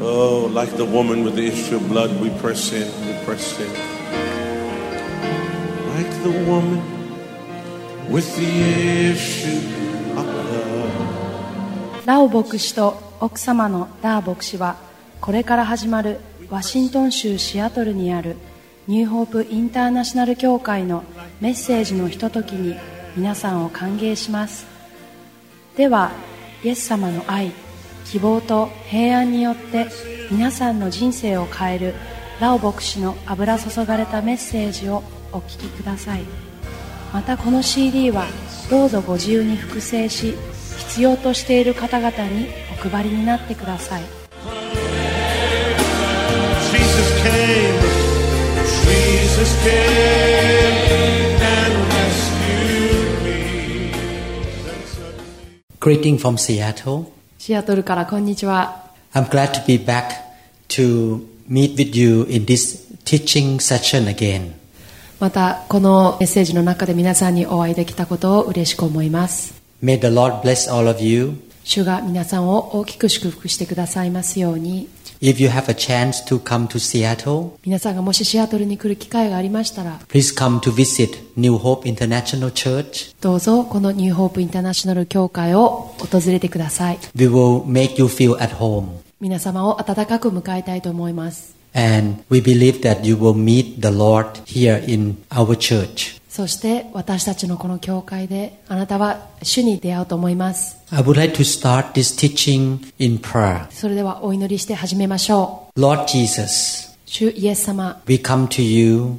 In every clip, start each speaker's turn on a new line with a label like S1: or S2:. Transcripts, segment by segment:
S1: Oh, like the woman with the issue of blood, we press in, we press in. Like the woman with the issue of blood.
S2: ラオ牧師と奥様のダー牧師はこれから始まるワシントン州シアトルにあるニューホープインターナショナル協会のメッセージのひとときに皆さんを歓迎しますではイエス様の愛希望と平安によって皆さんの人生を変えるラオ牧師の油注がれたメッセージをお聞きくださいまたこの CD はどうぞご自由に複製し必要としている方々にお配りになってください
S1: Jesus came, Jesus came and rescued me.
S3: Greeting from Seattle.
S2: シアトルからこんにちは
S3: I'm glad to be back to meet with you in this teaching session again.
S2: またこのメッセージの中で皆さんにお会いできたことを嬉しく思います
S3: May the Lord bless all of you.
S2: 主が皆さんを大きく祝福してくださいますように
S3: If you have a chance to come to Seattle,
S2: 皆さんがもしシアトルに来る機会がありましたら
S3: please come to visit New Hope International Church.
S2: どうぞこのニューホープインターナショナル協会を訪れてください
S3: We will make you feel at home.
S2: 皆様を温かく迎えたいと思います
S3: And we believe that you will meet the Lord here in our church.
S2: そして私たちのこの教会であなたは主に出会うと思います
S3: I would like to start this teaching in prayer.
S2: それではお祈りして始めましょ
S3: Lord Jesus,
S2: う主イエス様
S3: we come to you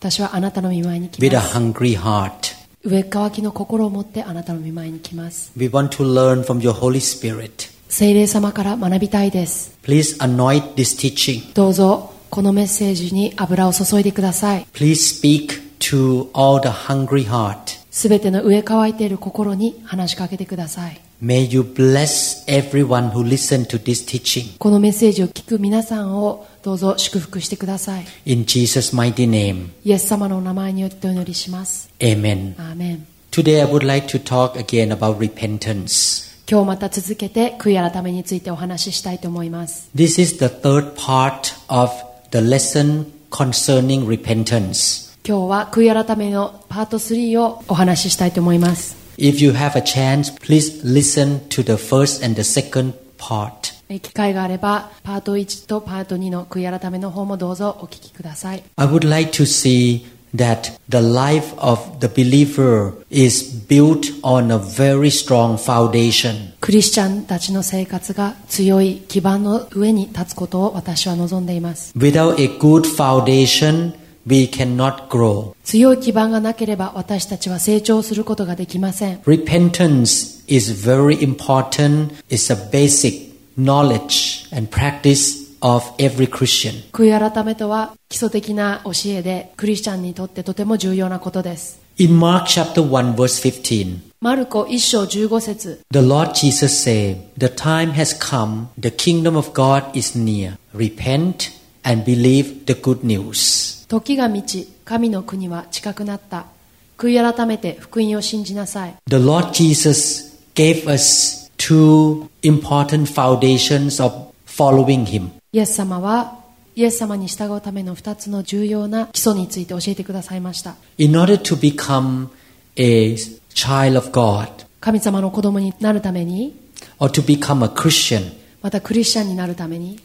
S2: 私はあなたの見舞いに来
S3: with
S2: ま
S3: a
S2: す
S3: hungry heart.
S2: 上っ側きの心を持ってあなたの見舞いに来ます
S3: We want to learn from your Holy Spirit.
S2: 聖霊様から学びたいです
S3: Please anoint this teaching.
S2: どうぞこのメッセージに油を注いでください
S3: Please speak to all the hungry heart.
S2: すべての植え替えている心に話しかけてください
S3: May you bless everyone who listen to this teaching.
S2: このメッセージを聞く皆さんをどうぞ祝福してください
S3: In Jesus' mighty name.
S2: イエス様のお名前によってお祈りします
S3: Amen.
S2: アーメン
S3: Today I would like to talk again about repentance.
S2: 今日また続けて悔い改めについてお話ししたいと思います
S3: This is the third part of the lesson concerning repentance.
S2: 今日は悔い改めのパート3をお話ししたいと思います
S3: If you have a chance, please listen to the first and the second part.
S2: え機会があればパート1とパート2の悔い改めの方もどうぞお聞きください
S3: I would like to see that the life of the believer is built on a very strong foundation.
S2: クリスチャンたちの生活が強い基盤の上に立つことを私は望んでいます
S3: Without a good foundation, we cannot grow.
S2: 強い基盤がなければ私たちは成長することができません
S3: Repentance is very important. It's a basic knowledge and practice of every Christian.
S2: 悔い改めとは基礎的な教えでクリスチャンにとってとても重要なことです
S3: In Mark chapter 1 verse 15,
S2: マルコ1章15節
S3: the Lord Jesus said, The time has come, the kingdom of God is near. Repent and believe the good news.
S2: 時が満ち神の国は近くなった悔い改めて福音を信じなさい
S3: The Lord Jesus gave us two important foundations of following Him.
S2: イエス様はイエス様に従うための2つの重要な基礎について教えてくださいました
S3: In order to become a child of God
S2: 神様の子供になるために
S3: or to become a Christian,
S2: またクリスチャンになるために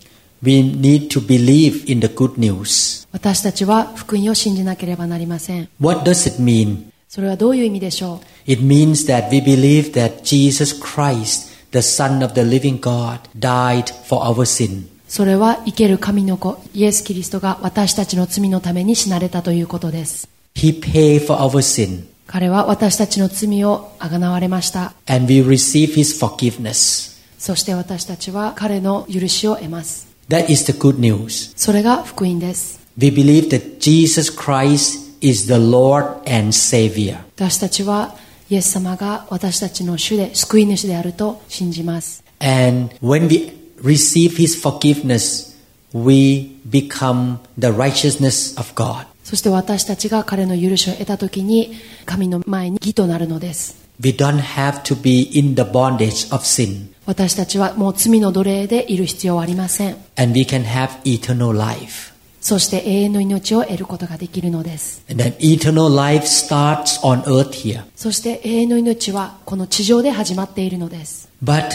S3: we need to believe in the good news.
S2: 私たちは福音を信じなければなりません
S3: What does it mean?
S2: それはどういう意味でしょう
S3: It means that we believe that Jesus Christ, the Son of the living God, died for our sin.
S2: それは生ける神の子イエス・キリストが私たちの罪のために死なれたということです
S3: He paid for our sin
S2: 彼は私たちの罪をあがなわれました
S3: and we receive His forgiveness.
S2: そして私たちは彼の許しを得ます
S3: That is the good news.
S2: それが福音です
S3: We believe that Jesus Christ is the Lord and Savior.
S2: 私たちはイエス様が私たちの主で救い主であると信じます
S3: And when we receive His forgiveness, we become the righteousness of God.
S2: そして私たちが彼の許しを得た時に神の前に義となるのです
S3: We don't have to be in the bondage of sin.
S2: 私たちはもう罪の奴隷でいる必要はありません
S3: and we can have eternal life.
S2: そして永遠の命を得ることができるのです
S3: And that eternal life starts on earth here.
S2: そして永遠の命はこの地上で始まっているのです
S3: But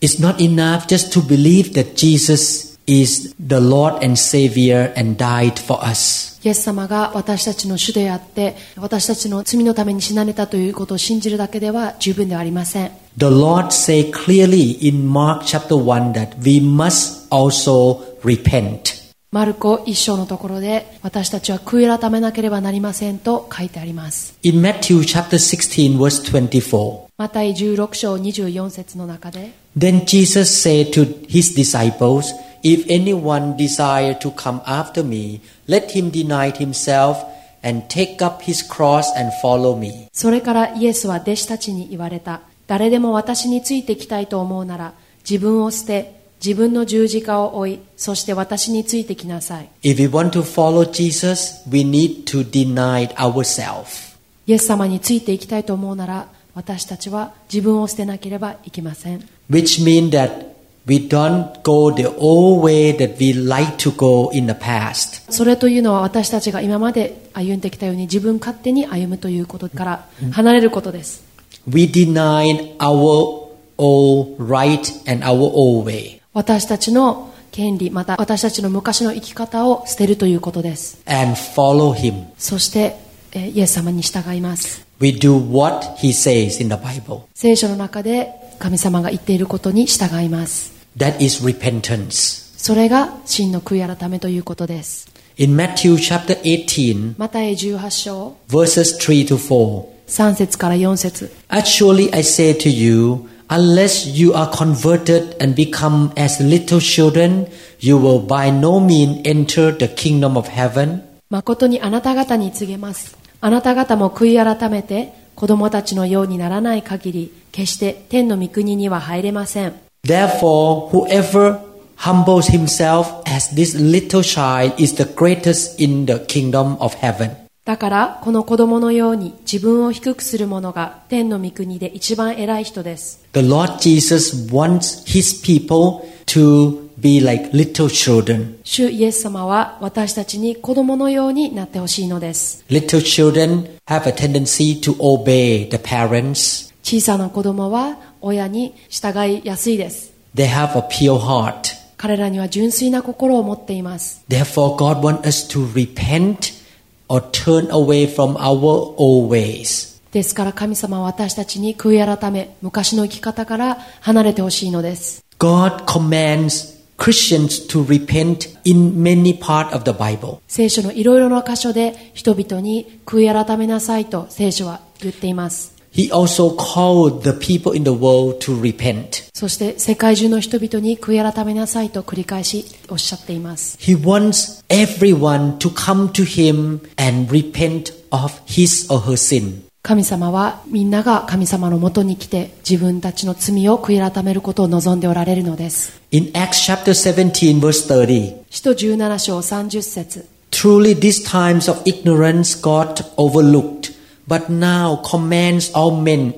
S3: it's not enough just to believe that Jesus is the Lord and Savior and died for us.
S2: イエス様が私たちの主であって私たちの罪のために死なれたということを信じるだけでは十分ではありません
S3: The Lord say clearly in Mark chapter 1 that we must also repent.
S2: マルコ一章のところで私たちは悔い改めなければなりませんと書いてあります
S3: In Matthew chapter 16 verse 24,
S2: マタイ16章24節の中で
S3: then Jesus said to his disciples, If anyone desire to come after me, let him deny himself and take up his cross and follow me.
S2: それからイエスは弟子たちに言われた誰でも私についてきたいと思うなら自分を捨て自分の十字架を追いそして私についてきなさい
S3: If we want to follow Jesus, we need to deny ourselves.
S2: イエス様についていきたいと思うなら私たちは自分を捨てなければいけません
S3: Which means that we don't go the old way that we like to go in the past.
S2: それというのは私たちが今まで歩んできたように自分勝手に歩むということから離れることです
S3: We deny our old right and our old way.
S2: 私たちの権利また私たちの昔の生き方を捨てるということです
S3: and follow him.
S2: そしてえーイエス様に従います
S3: We do what he says in the Bible.
S2: 聖書の中で神様が言っていることに従います
S3: That is repentance.
S2: それが真の悔い改めということです
S3: In Matthew chapter 18,
S2: マタイ18章
S3: verses 3 to 4.
S2: 3節から4節
S3: Actually, I say to you, unless you are converted and become as little children, you will by no means enter the kingdom of heaven.
S2: 誠にあなた方に告げますあなた方も悔い改めて子供たちのようにならない限り決して天の御国には入れません
S3: Therefore, whoever humbles himself as this little child is the greatest in the kingdom of heaven.
S2: だからこの子供のように自分を低くする者が天の御国で一番偉い人です
S3: The Lord Jesus wants his people to be like little children.
S2: 主イエス様は私たちに子供のようになってほしいのです
S3: Little children have a tendency to obey the parents.
S2: 小さな子供は親に従いやすいです
S3: They have a pure heart.
S2: 彼らには純粋な心を持っています
S3: Therefore, God wants us to repent or turn away from our old ways.
S2: ですから神様は私たちに悔い改め昔の生き方から離れてほしいのです
S3: God commands Christians to repent in many parts of the Bible.
S2: 聖書のいろいろな箇所で人々に悔い改めなさいと聖書は言っています
S3: He also called the people in the world to repent.
S2: そして世界中の人々に悔い改めなさいと繰り返しおっしゃっています
S3: He wants everyone to come to him and repent of his or her sin.
S2: 神様はみんなが神様のもとに来て自分たちの罪を悔い改めることを望んでおられるのです
S3: In Acts chapter 17 verse 30,
S2: 使徒17章30節
S3: truly these times of ignorance God overlooked, but now commands all men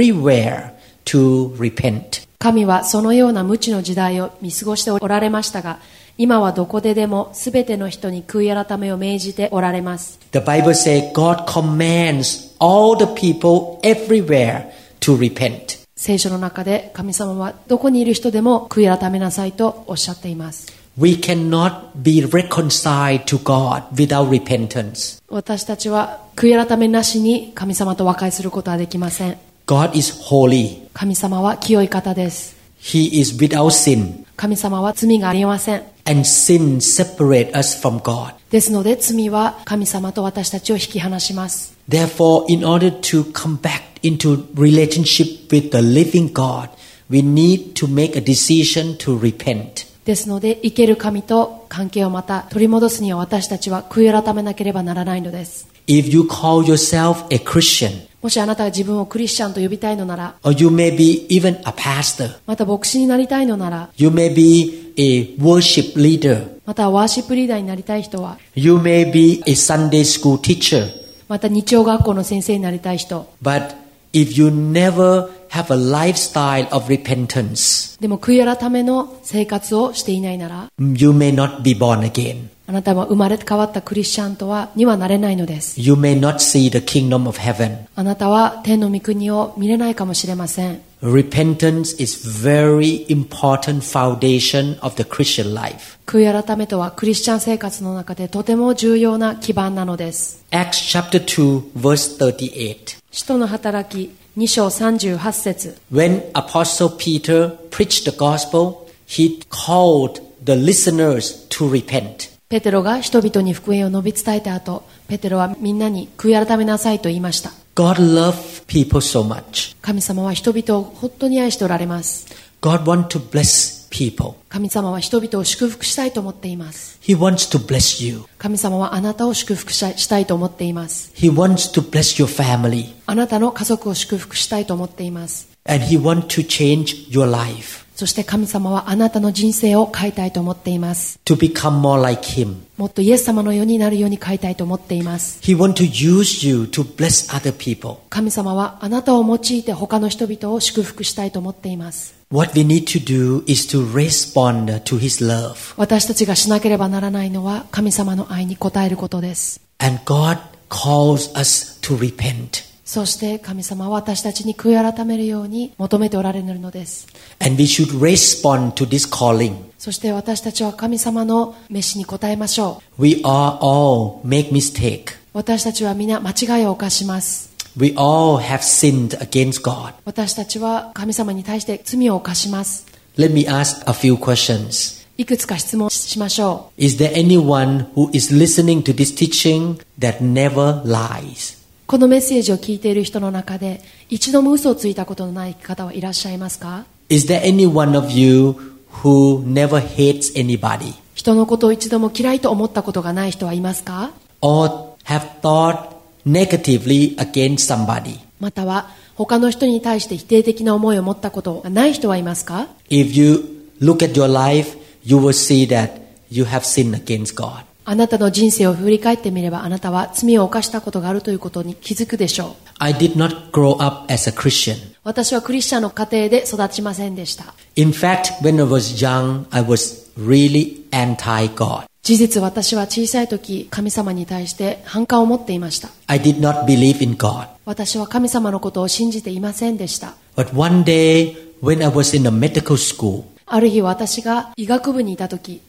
S3: everywhere to repent.
S2: 神はそのような無知の時代を見過ごしておられましたが今はどこででも全ての人に悔い改めを命じておられます
S3: The Bible says God commands all the people everywhere to repent.
S2: 聖書の中で神様はどこにいる人でも悔い改めなさいとおっしゃっています
S3: We cannot be reconciled to God without repentance.
S2: 私たちは悔い改めなしに神様と和解することはできません
S3: God is holy.
S2: 神様は清い方です
S3: He is without sin.
S2: 神様は罪がありません
S3: And sin separates us from God.
S2: ですので罪は神様と私たちを引き離します
S3: Therefore, in order to come back into relationship with the living God, we need to make a decision to repent.
S2: ですので生ける神と関係をまた取り戻すには私たちは悔い改めなければならないのです
S3: If you call yourself a Christian,
S2: もしあなたが自分をクリスチャンと呼びたいのなら
S3: or you may be even a pastor,
S2: また牧師になりたいのなら
S3: you may be a worship leader,
S2: またワーシップリーダーになりたい人は
S3: you may be a Sunday school teacher,
S2: また日曜学校の先生になりたい人
S3: but if you never have a lifestyle of repentance,
S2: でも悔い改めの生活をしていないなら
S3: you may not be born again.
S2: あなたは生まれ変わったクリスチャンとはにはなれないのです
S3: You may not see the kingdom of heaven.
S2: あなたは天の御国を見れないかもしれません
S3: Repentance is very important foundation of the Christian life.
S2: 悔い改めとはクリスチャン生活の中でとても重要な基盤なのです
S3: Acts chapter 2 verse 38.
S2: 使徒の働き2章38節
S3: When apostle Peter preached the gospel, he called the listeners to repent.
S2: ペテロが人々に福音を述べ伝えた後ペテロはみんなに悔い改めなさいと言いました
S3: God loves people so much.
S2: 神様は人々を本当に愛しておられます
S3: God wants to bless people.
S2: 神様は人々を祝福したいと思っています
S3: He wants to bless you.
S2: 神様はあなたを祝福したしたいと思っています
S3: He wants to bless your family
S2: あなたの家族を祝福したいと思っています
S3: and he wants to change your life
S2: そして神様はあなたの人生を変えたいと思っています
S3: to become more like him.
S2: もっとイエス様のようになるように変えたいと思っています
S3: He wants to use you to bless other people.
S2: 神様はあなたを用いて他の人々を祝福したいと思っています
S3: What we need to do is to respond to his love
S2: 私たちがしなければならないのは神様の愛に応えることです
S3: and God calls us to repent
S2: そして神様は私たちに悔い改めるように求めておられるのです
S3: and we should respond to this calling.
S2: そして私たちは神様の召しに応えましょ
S3: We are all make mistake.
S2: う私たちは皆間違いを犯します
S3: We all have sinned against God.
S2: 私たちは神様に対して罪を犯します
S3: Let me ask a few questions.
S2: いくつか質問しましょ
S3: Is there anyone who is listening to this teaching that never lies?
S2: うこのメッセージを聞いている人の中で一度も嘘をついたことのない方はいらっしゃいますか
S3: Is there any one of you who never hates anybody
S2: 人のことを一度も嫌いと思ったことがない人はいますか
S3: or have thought negatively against somebody?
S2: または他の人に対して否定的な思いを持ったことがない人はいますか
S3: If you look at your life, you will see that you have sinned against God.
S2: あなたの人生を振り返ってみればあなたは罪を犯したことがあるということに気づくでしょう
S3: I did not grow up as a Christian.
S2: 私はクリスチャンの家庭で育ちませんでした
S3: In fact, when I was young, I was really anti God.
S2: 事実私は小さい時神様に対して反感を持っていました
S3: I did not believe in God.
S2: 私は神様のことを信じていませんでした
S3: But one day, when I was in the medical school,
S2: ある日私が医学部にいた時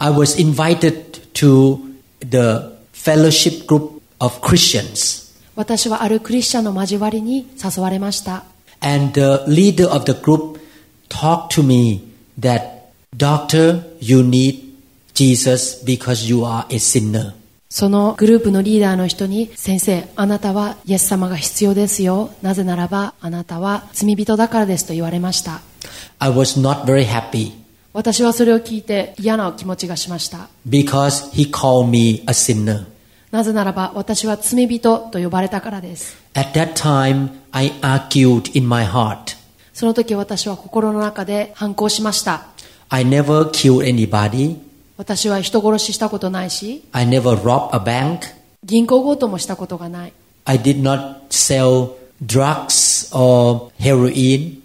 S3: I was invited to the fellowship group of Christians.
S2: 私はあるクリスチャンの交わりに誘われました
S3: And the leader of the group talked to me that, Doctor, you need Jesus because you are a sinner.
S2: そのグループのリーダーの人に先生あなたはイエス様が必要ですよなぜならばあなたは罪人だからですと言われました
S3: I was not very happy
S2: 私はそれを聞いて嫌な気持ちがしました
S3: because he called me a sinner.
S2: なぜならば私は罪人と呼ばれたからです
S3: At that time, I argued in my heart.
S2: その時私は心の中で反抗しました
S3: I never killed anybody.
S2: 私は人殺ししたことないし
S3: I never robbed a bank.
S2: 銀行強盗もしたことがない
S3: I did not sell drugs or heroin,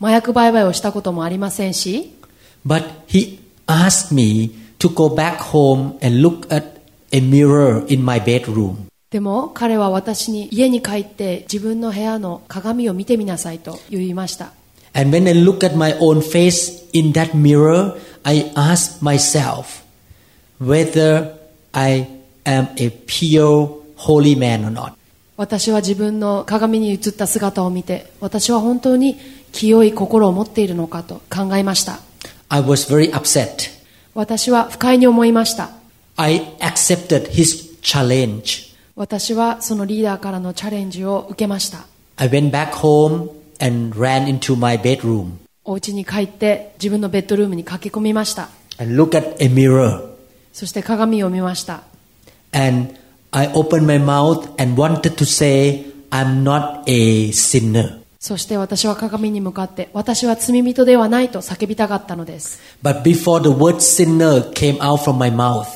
S2: 麻薬売買をしたこともありませんし
S3: but he asked me to go back home and look at a mirror in my bedroom.
S2: でも彼は私に家に帰って自分の部屋の鏡を見てみなさいと言いました
S3: And when I look at my own face in that mirror, I ask myself whether I am a pure holy man or not.
S2: 私は自分の鏡に映った姿を見て私は本当に清い心を持っているのかと考えました
S3: I was very upset.
S2: 私は不快に思いました
S3: I accepted his challenge.
S2: 私はそのリーダーからのチャレンジを受けました
S3: I went back home and ran into my bedroom.
S2: お家に帰って自分のベッドルームに駆け込みました
S3: and look at a mirror
S2: そして鏡を見ました
S3: and I opened my mouth and wanted to say I'm not a sinner
S2: そして私は鏡に向かって私は罪人ではないと叫びたかったのです
S3: but before the word sinner came out from my mouth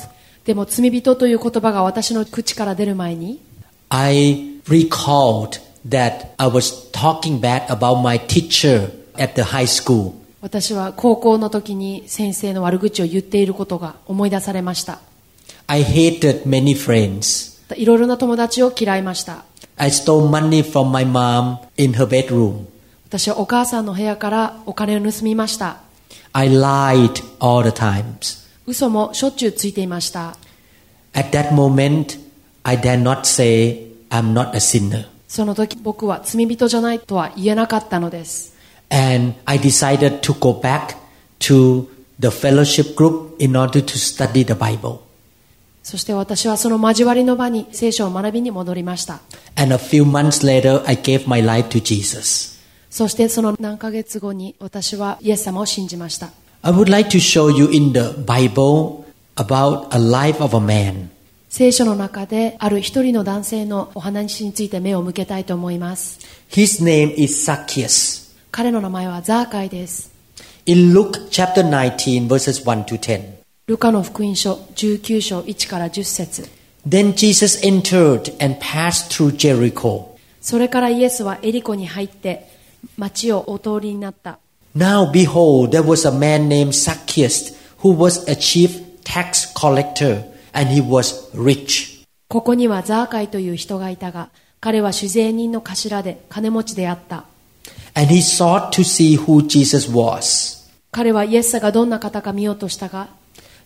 S2: でも罪人という言葉が私の口から出る前に
S3: I recalled that I was talking bad about my teacher at the high school.
S2: 私は高校の時に先生の悪口を言っていることが思い出されました
S3: I hated many friends.
S2: いろいろな友達を嫌いました
S3: I stole money from my mom in her bedroom.
S2: 私はお母さんの部屋からお金を盗みました
S3: I lied all the times.
S2: 嘘もしょっちゅうついていました
S3: At that moment, I dare not say I'm not a sinner.
S2: その時僕は罪人じゃないとは言えなかったのです
S3: And I decided to go back to the fellowship group in order to study the Bible.
S2: そして私はその交わりの場に聖書を学びに戻りました
S3: And a few months later, I gave my life to Jesus.
S2: そしてその何ヶ月後に私はイエス様を信じました
S3: I would like to show you in the Bible about a life of a man.
S2: 聖書の中である一人の男性のお話について目を向けたいと思います
S3: His name is Zacchaeus.
S2: 彼の名前はザーカイです
S3: In Luke chapter 19, verses 1 to 10.
S2: ルカの福音書19章1から10節
S3: Then Jesus entered and passed through Jericho.
S2: それからイエスはエリコに入って町をお通りになった
S3: Now behold, there was a man named Zacchaeus who was a chief tax collector and he was rich.
S2: ここにはザーカイという人がいたが彼は主税人の頭で金持ちであった
S3: And he sought to see who Jesus was,
S2: 彼はイエスがどんな方か見ようとしたが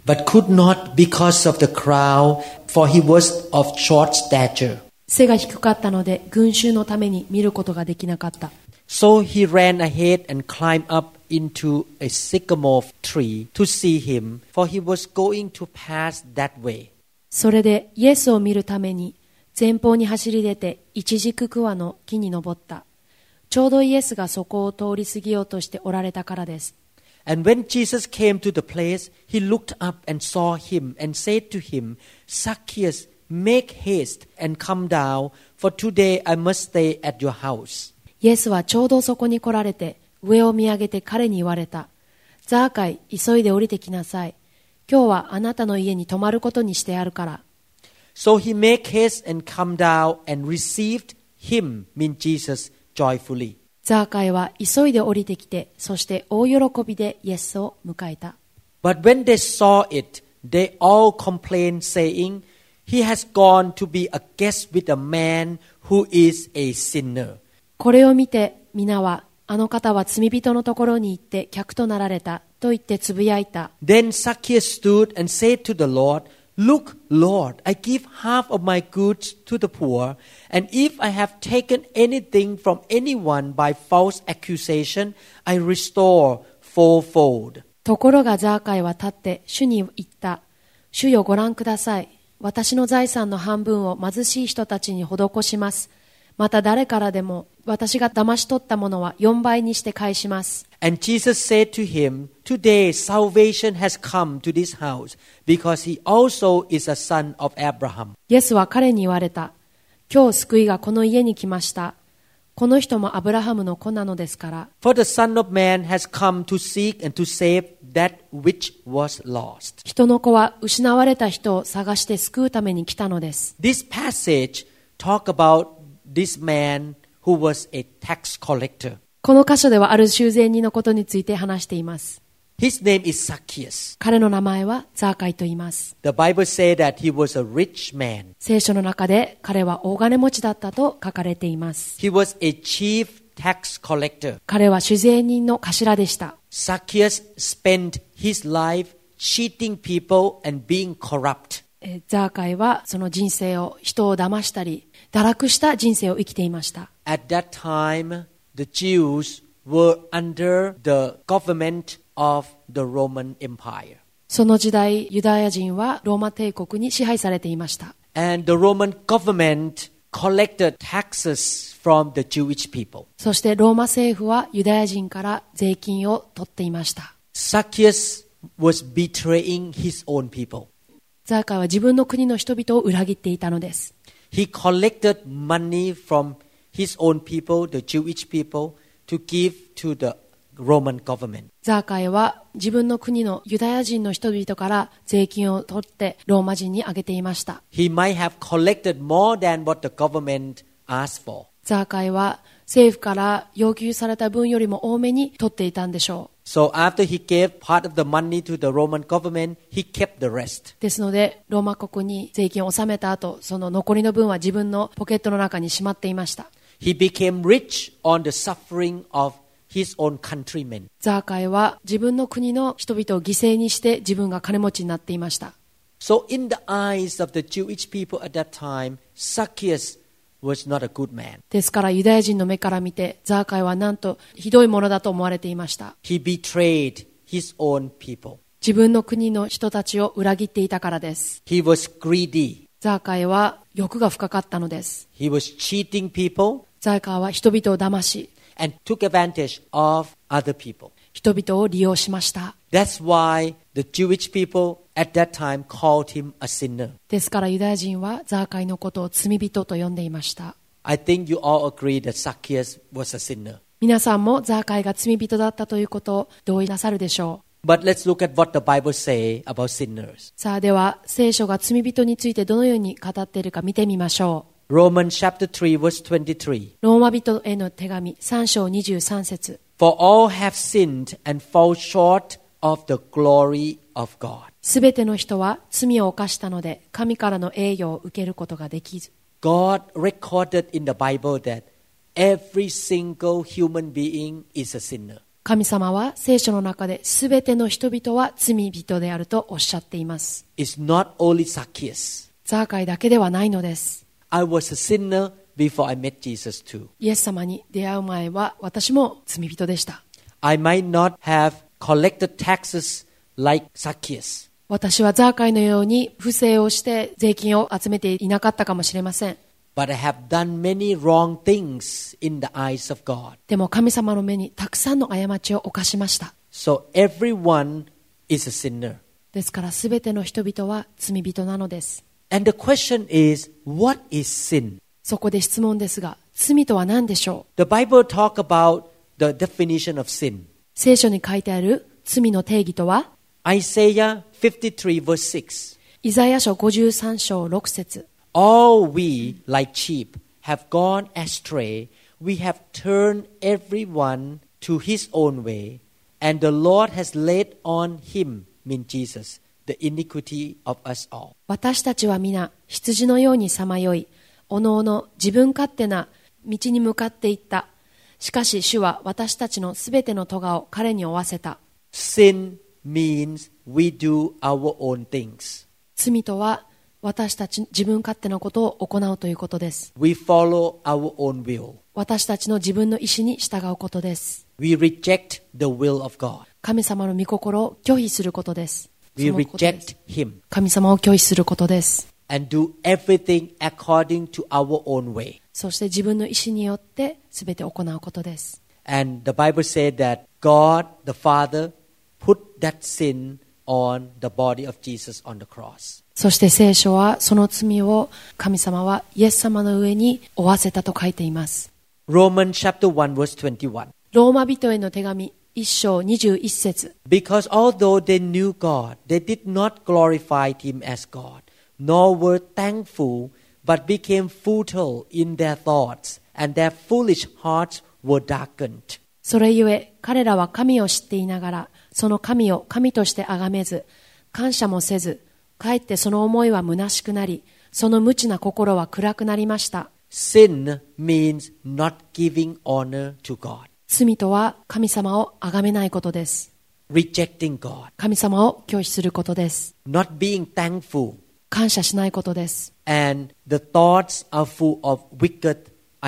S3: but could not because of the crowd, for he was of short stature.
S2: 背が低かったので群衆のために見ることができなかった
S3: So he ran ahead and climbed up into a sycamore tree to see him, for he was going to pass that way.
S2: それでイエスを見るために前方に走り出て一軸クワの木に登ったちょうどイエスがそこを通り過ぎようとしておられたからです
S3: And when Jesus came to the place, he looked up and saw him and said to him, Zacchaeus, make haste and come down, for today I must stay at your house.
S2: イエスはちょうどそこに来られて上を見上げて彼に言われたザーカイ急いで降りてきなさい今日はあなたの家に泊まることにしてあるから
S3: So he made haste and come down and received him, mean Jesus, joyfully.
S2: ザーカイは急いで降りてきてそして大喜びでイエスを迎えた
S3: But when they saw it, they all complained, saying, He has gone to be a guest with a man who is a sinner.
S2: これを見て皆はあの方は罪人のところに行って客となられたと言ってつぶやいた
S3: Then Zacchaeus stood and said to the Lord, Look, Lord, I give half of my goods to the poor, and if I have taken anything from anyone by false accusation, I restore fourfold.
S2: ところがザーカイは立って主に言った主よご覧ください私の財産の半分を貧しい人たちに施しますまた誰からでも私が騙し取ったものは4倍にして返します
S3: And Jesus said to him, Today salvation has come to this house, because he also is a son of Abraham.
S2: イエスは彼に言われた今日救いがこの家に来ましたこの人もアブラハムの子なのですから
S3: For the Son of Man has come to seek and to save that which was lost.
S2: 人の子は失われた人を探して救うために来たのです
S3: This passage talk about this man who was a tax collector.
S2: この箇所ではある修繕人のことについて話しています
S3: His name is Zacchaeus.
S2: 彼の名前はザーカイと言います
S3: The Bible says that he was a rich man.
S2: 聖書の中で彼は大金持ちだったと書かれています
S3: He was a chief tax collector.
S2: 彼は主税人の頭でした
S3: Zacchaeus spent his life cheating people and being corrupt.
S2: えーザーカイはその人生を人を騙したり堕落した人生を生きていました
S3: At that time, the Jews were under the government of the Roman Empire.
S2: その時代ユダヤ人はローマ帝国に支配されていました
S3: And the Roman government collected taxes from the Jewish people.
S2: そしてローマ政府はユダヤ人から税金を取っていました
S3: Zacchaeus was betraying his own people.
S2: ザーカイは自分の国の人々を裏切っていたのです
S3: He collected money from his own people, the Jewish people, to give to the Roman government.
S2: ザーカイは自分の国のユダヤ人の人々から税金を取ってローマ人にあげていました
S3: He might have collected more than what the government asked for.
S2: ザーカイは政府から要求された分よりも多めに取っていたんでしょう。
S3: So after he gave part of the money to the Roman government, he kept the rest.
S2: ですので、ローマ国に税金を納めた後、その残りの分は自分のポケットの中にしまっていました。
S3: He became rich on the suffering of his own countrymen.
S2: ザーカイは自分の国の人々を犠牲にして自分が金持ちになっていました。
S3: So in the eyes of the Jewish people at that time, Zacchaeus was not a good man.
S2: ですからユダヤ人の目から見て、ザーカイはなんとひどいものだと思われていました。
S3: He betrayed his own people.
S2: 自分の国の人たちを裏切っていたからです。
S3: He was greedy.
S2: ザーカイは欲が深かったのです。
S3: He was cheating people
S2: ザーカイは人々を騙し、
S3: and took advantage of other people.
S2: 人々を利用しました。
S3: That's why the Jewish people at that time called him a sinner.
S2: ですからユダヤ人はザーカイのことを罪人と呼んでいました。
S3: I think you all agree that Zacchaeus was a sinner.
S2: 皆さんもザーカイが罪人だったということを同意なさるでしょう。
S3: But let's look at what the Bible say about sinners.
S2: さあでは聖書が罪人についてどのように語っているか見てみましょう。
S3: Romans chapter 3 verse 23.
S2: ローマ人への手紙3章23節
S3: For all have sinned and fall short of the glory of God.
S2: すべての人は罪を犯したので神からの栄誉を受けることができず。
S3: God recorded in the Bible that every single human being is a sinner.
S2: 神様は聖書の中で全ての人々は罪人であるとおっしゃっています。
S3: It's not only Zacchaeus.
S2: ザーカイだけではないのです。
S3: I was a sinner before I met Jesus too.
S2: イエス様に出会う前は私も罪人でした。
S3: I might not have collected taxes like Zacchaeus,
S2: 私はザーカイのように不正をして税金を集めていなかったかもしれません。
S3: but I have done many wrong things in the eyes of God.
S2: でも神様の目にたくさんの過ちを犯しました。
S3: So everyone is a sinner.
S2: ですから全ての人々は罪人なのです。
S3: And the question is, what is sin?
S2: そこで質問ですが、罪とは何でしょう
S3: The Bible talk about the definition of sin.
S2: 聖書に書いてある罪の定義とは
S3: Isaiah 53 verse 6.
S2: イザヤ書53章6節
S3: All we, like sheep, have gone astray. We have turned everyone to his own way. And the Lord has laid on him, mean Jesus, the iniquity of us all.
S2: 私たちは皆羊のようにさまよいおのおの自分勝手な道に向かっていったしかし主は私たちのすべての咎を彼に負わせた
S3: Sin means we do our own things.
S2: 罪とは私たち自分勝手なことを行うということです
S3: We follow our own will.
S2: 私たちの自分の意思に従うことです
S3: We reject the will of God.
S2: 神様の御心を拒否することですそ
S3: We
S2: のことです
S3: reject him
S2: 神様を拒否することです
S3: and do everything according to our own way.
S2: そして自分の意思によってすべて行うことです
S3: And the Bible said that God the Father put that sin on the body of Jesus on the cross.
S2: そして聖書はその罪を神様はイエス様の上に負わせたと書いています。
S3: Romans chapter 1 verse 21.
S2: ローマ人への手紙1章21節
S3: Because although they knew God, they did not glorify him as God, nor were thankful, but became futile in their thoughts, and their foolish hearts were darkened.
S2: それゆえ彼らは神を知っていながらその神を神として崇めず感謝もせずかえってその思いは虚しくなりその無知な心は暗くなりました。
S3: Sin means not giving honor to God,
S2: 罪とは神様を崇めないことです。
S3: rejecting God,
S2: 神様を拒否することです。
S3: not being thankful,
S2: 感謝しないことです。
S3: and the thoughts are full of wicked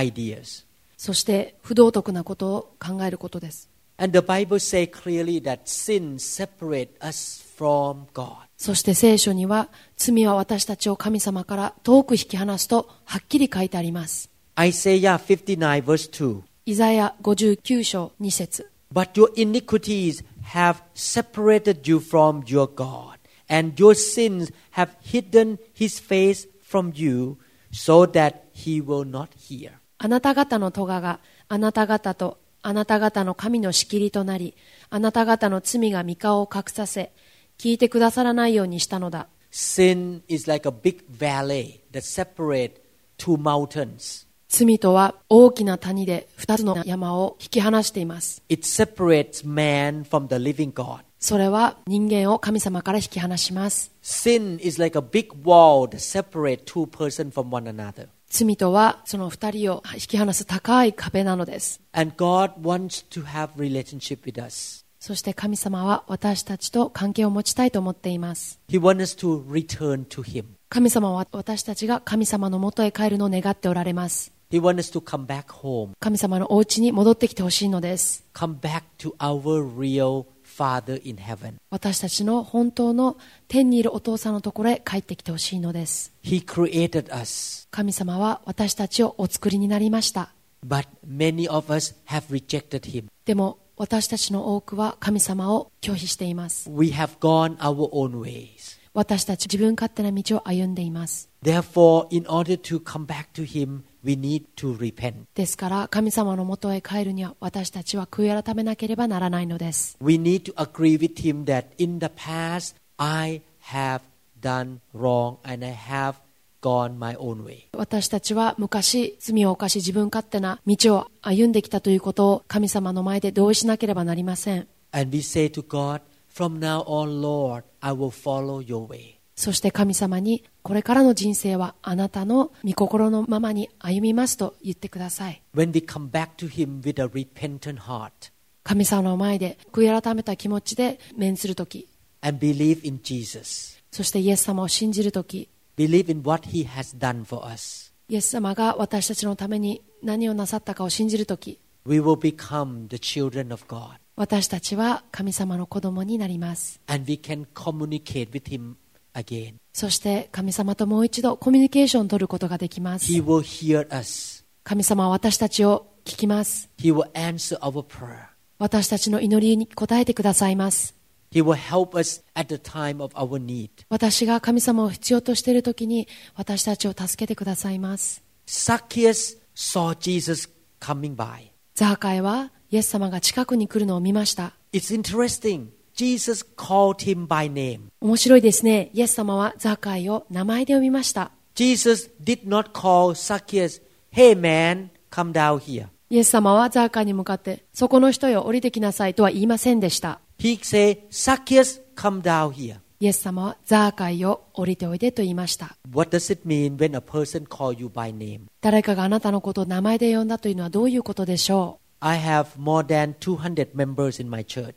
S3: ideas.
S2: そして不道徳なことを考えることです。
S3: And the Bible says clearly that sin separates us from God.
S2: そして聖書には罪は私たちを神様から遠く引き離すとはっきり書いてあります。
S3: Isaiah 59 verse 2.
S2: イザヤ59章2節
S3: But your iniquities have separated you from your God, and your sins have hidden his face from you, so that he will not hear.
S2: あなた方の咎があなた方とあなた方の神のしきりとなり、あなた方の罪が御顔を隠させ、聞いてくださらないようにしたのだ。
S3: Sin is like a big valley that separates two mountains.
S2: 罪とは大きな谷で二つの山を引き離しています。
S3: It separates man from the living God.
S2: それは人間を神様から引き離します。
S3: Sin is like a big wall that separates two persons from one another.
S2: 罪とはその二人を引き離す高い壁なのです。
S3: And God wants to have relationship with us.
S2: そして神様は私たちと関係を持ちたいと思っています。
S3: He wants us to return to Him.
S2: 神様は私たちが神様のもとへ帰るのを願っておられます。
S3: He wants us to come back home,
S2: 神様のお家に戻ってきてほしいのです。
S3: come back to our real Father in heaven.
S2: 私たちの本当の天にいるお父さんのところへ帰ってきてほしいのです。
S3: He created us,
S2: 神様は私たちをお作りになりました。
S3: but many of us have rejected Him.
S2: でも私たちの多くは神様を拒否しています。
S3: We have gone our own ways.
S2: 私たち自分勝手な道を歩んでいます。
S3: Therefore, in order to come back to Him, we need to repent.
S2: ですから神様のもとへ帰るには私たちは悔い改めなければならないのです。
S3: We need to agree with Him that in the past I have done wrong and I have gone my own way.
S2: 私たちは昔罪を犯し自分勝手な道を歩んできたということを神様の前で同意しなければなりません。
S3: And we say to God, From now on, Lord, I will follow your way.
S2: そして神様にこれからの人生はあなたの御心のままに歩みますと言ってください。
S3: When we come back to Him with a repentant heart
S2: 神様の前で悔い改めた気持ちで面するとき、
S3: and believe in Jesus,
S2: そしてイエス様を信じるとき、
S3: believe in what He has done for us,
S2: イエス様が私たちのために何をなさったかを信じるとき、
S3: we will become the children of God.
S2: 私たちは神様の子供になります。
S3: and we can communicate with him again.
S2: そして神様ともう一度コミュニケーションを取ることができます
S3: He。will hear us.
S2: 神様は私たちを聞きます。
S3: He will answer our prayer.
S2: 私たちの祈りに応えてくださいます。
S3: He will help us at the time of our need.
S2: 私が神様を必要としているときに私たちを助けてくださいます。
S3: Zacchaeus saw Jesus coming by.
S2: ザーカイはイエス様が近くに来るのを見ました。
S3: It's interesting. Jesus called him by name.
S2: 面白いですね。イエス様はザーカイを名前で呼びました。
S3: Jesus did not call Zacchaeus, "Hey man, come down here."
S2: イエス様はザーカイに向かって、そこの人よ降りてきなさいとは言いませんでした。
S3: He said, "Zacchaeus, come down here."
S2: イエス様はザーカイよ降りておいでと言いました。
S3: What does it mean when a person calls you by name?
S2: 誰かがあなたのことを名前で呼んだというのはどういうことでしょ
S3: I have more than 200 members in my church.
S2: う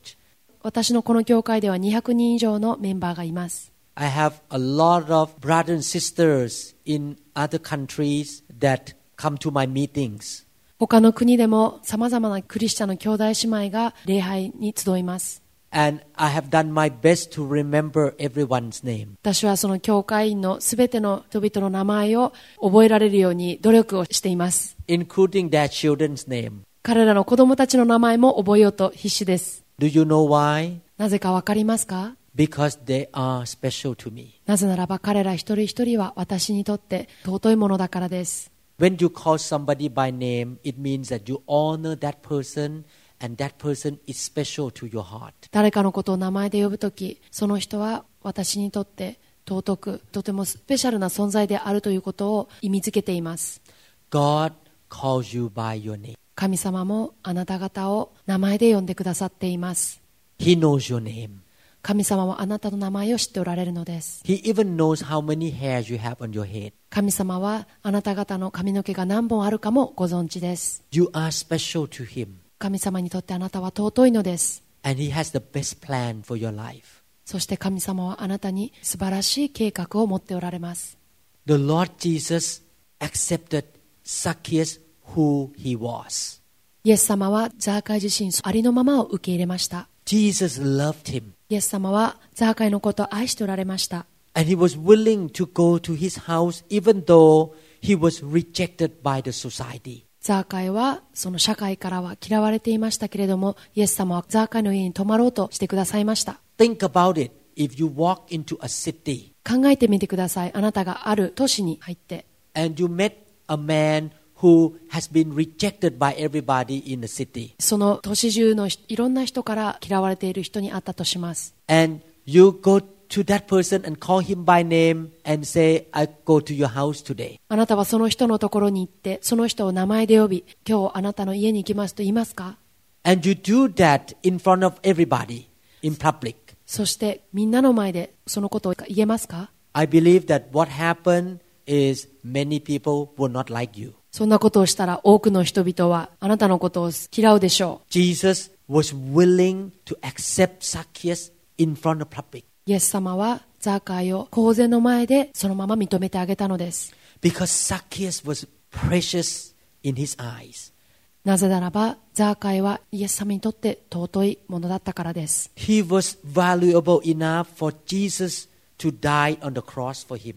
S2: 私のこの教会では200人以上のメンバーがいます。
S3: I have a lot of brothers and sisters in other countries that come to my meetings.
S2: 他の国でも様々なクリスチャンの兄弟姉妹が礼拝に集います。
S3: And I have done my best to remember everyone's name.
S2: 私はその教会員のすべての人々の名前を覚えられるように努力をしています。
S3: including their children's name.
S2: 彼らの子供たちの名前も覚えようと必死です。
S3: Do you know why?
S2: なぜかわかりますか
S3: Because they are special to me.
S2: なぜならば彼ら一人一人は私にとって尊いものだからです。
S3: When you call somebody by name, it means that you honor that person and that person is special to your heart.
S2: 誰かのことを名前で呼ぶとき、その人は私にとって尊く、とてもスペシャルな存在であるということを意味づけています。
S3: God calls you by your name.
S2: 神様もあなた方を名前で呼んでくださっています。
S3: He knows your name.
S2: 神様はあなたの名前を知っておられるのです。
S3: He even knows how many hairs you have on your head.
S2: 神様はあなた方の髪の毛が何本あるかもご存知です。
S3: You are special to Him,
S2: 神様にとってあなたは尊いのです。
S3: and He has the best plan for your life.
S2: そして神様はあなたに素晴らしい計画を持っておられます。
S3: The Lord Jesus accepted Zacchaeus who he was.
S2: イエス様はザーカイ自身ありのままを受け入れました。
S3: Jesus loved him,
S2: イエス様はザーカイのことを愛しておられました。
S3: and he was willing to go to his house even though he was rejected by the society.
S2: ザーカイはその社会からは嫌われていましたけれども、イエス様はザーカイの家に泊まろうとしてくださいました。
S3: Think about it. If you walk into a city
S2: 考えてみてください。あなたがある都市に入って、
S3: and you met a man who has been rejected by everybody in the city,
S2: その都市中のいろんな人から嫌われている人に会ったとします。
S3: and you go to that person and call him by name and say, I go to your house today.
S2: あなたはその人のところに行ってその人を名前で呼び今日あなたの家に行きますと言いますか
S3: And you do that in front of everybody in public.
S2: そしてみんなの前でそのことを言えますか
S3: I believe that what happened is many people will not like you.
S2: そんなことをしたら多くの人々はあなたのことを嫌うでしょう。
S3: Jesus was willing to accept Zacchaeus in front of public
S2: イエス様はザーカイを公然の前でそのまま認めてあげたのです。
S3: because Zacchaeus was precious in his eyes.
S2: なぜならばザーカイはイエス様にとって尊いものだったからです。
S3: He was valuable enough for Jesus to die on the cross for him.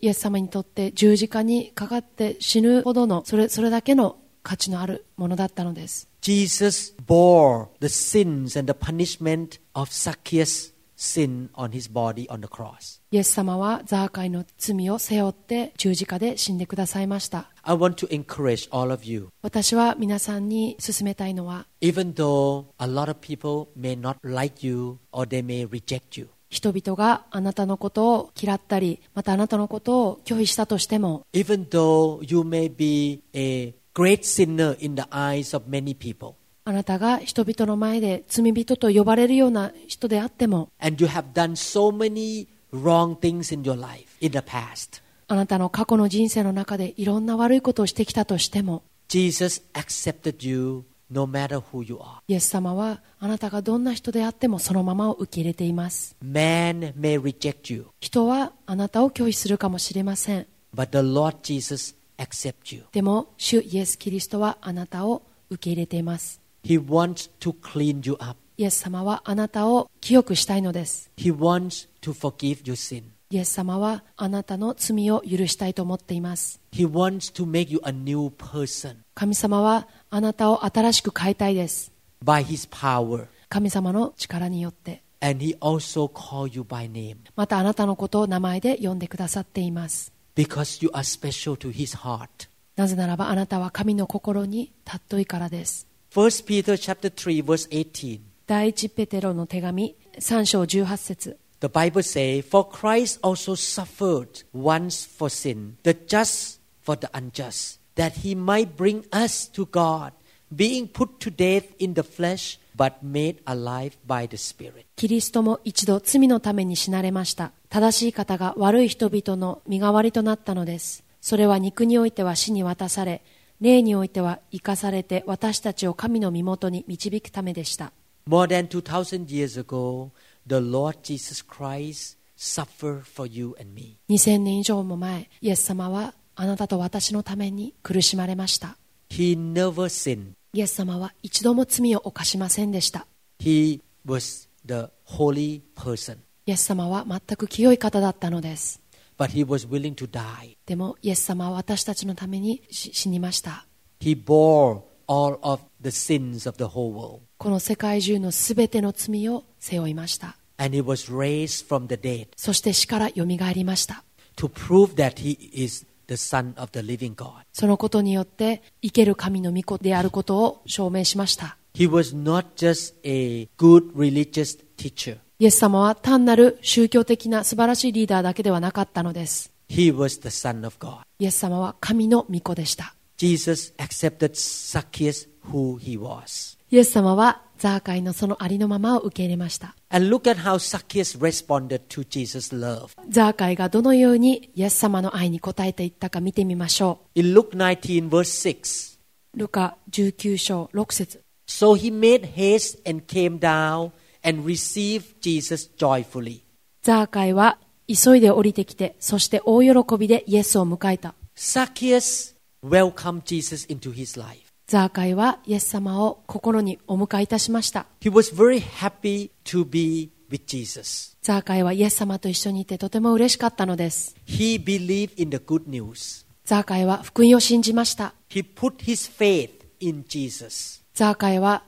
S2: イエス様にとって十字架にかかって死ぬほどのそれそれだけの価値のあるものだったのです。
S3: Jesus bore the sins and the punishment of Zacchaeus' sin on his body on the cross.
S2: イエス様はザーカイの罪を背負って十字架で死んでくださいました。
S3: I want to encourage all of you,
S2: 私は皆さんに勧めたいのは
S3: even though a lot of people may not like you or they may reject you,
S2: 人々があなたのことを嫌ったりまたあなたのことを拒否したとしても
S3: even though you may be a great sinner in the eyes of many people,
S2: あなたが人々の前で罪人と呼ばれるような人であっても
S3: and you have done so many wrong things in your life in the past.
S2: あなたの過去の人生の中でいろんな悪いことをしてきたとしても
S3: Jesus accepted you no matter who you are.
S2: イエス様はあなたがどんな人であってもそのままを受け入れています
S3: Man may reject you,
S2: 人はあなたを拒否するかもしれません
S3: but the Lord Jesus accepts you.
S2: でも主イエス・キリストはあなたを受け入れています
S3: He wants to clean you up.
S2: イエス様はあなたを清くしたいのです
S3: He wants to forgive your sin.
S2: イエス様はあなたの罪を許したいと思っています
S3: He wants to make you a new person
S2: 神様はあなたを新しく変えたいです。
S3: by his power.
S2: 神様の力によって。
S3: And he also calls you by name
S2: またあなたのことを名前で呼んでくださっています。
S3: because you are special to his heart.
S2: なぜならばあなたは神の心に尊いからです。
S3: 1 Peter chapter 3 verse 18.
S2: 第一ペテロの手紙3章18節
S3: The Bible says, For Christ also suffered once for sin, the just for the unjust, that he might bring us to God, being put to death in the flesh, but made alive by the Spirit.
S2: キリストも一度罪のために死なれました。正しい方が悪い人々の身代わりとなったのです。それは肉においては死に渡され、霊においては生かされて私たちを神の身元に導くためでした。
S3: More than 2,000 years ago, the Lord Jesus Christ suffered for you and me.
S2: 2000年以上も前イエス様はあなたと私のために苦しまれました
S3: He never sinned.
S2: イエス様は一度も罪を犯しませんでした
S3: He was the holy person,
S2: イエス様は全く清い方だったのです
S3: but he was willing to die.
S2: でもイエス様は私たちのために死死にました
S3: He bore all of the sins of the whole world.
S2: この世界中のすべての罪を背負いました
S3: and he was raised from the dead
S2: そして死からよみがえりました
S3: to prove that he is the son of the living god
S2: そのことによって生ける神の御子であることを証明しました
S3: he was not just a good religious teacher
S2: イエス様は単なる宗教的な素晴らしいリーダーだけではなかったのです
S3: he was the son of god
S2: イエス様は神の御子でした
S3: jesus accepted zacchaeus who he was
S2: イエス様はザーカイのそのありのままを受け入れました。
S3: and look at how zacchaeus responded to jesus' love
S2: ザーカイがどのようにイエス様の愛に応えていったか見てみましょ
S3: in luke 19 verse 6
S2: う。ルカ19章6節
S3: so he made haste and came down and received jesus joyfully
S2: ザーカイは急いで降りてきて、そして大喜びでイエスを迎えた。
S3: zacchaeus welcomed jesus into his life
S2: ザーカイはイエス様を心にお迎えいたしました。
S3: He was very happy to be with Jesus.
S2: ザーカイはイエス様と一緒にいてとても嬉しかったのです。
S3: He believed in the good news.
S2: ザーカイは福音を信じました。
S3: He put his faith in Jesus.
S2: ザーカイは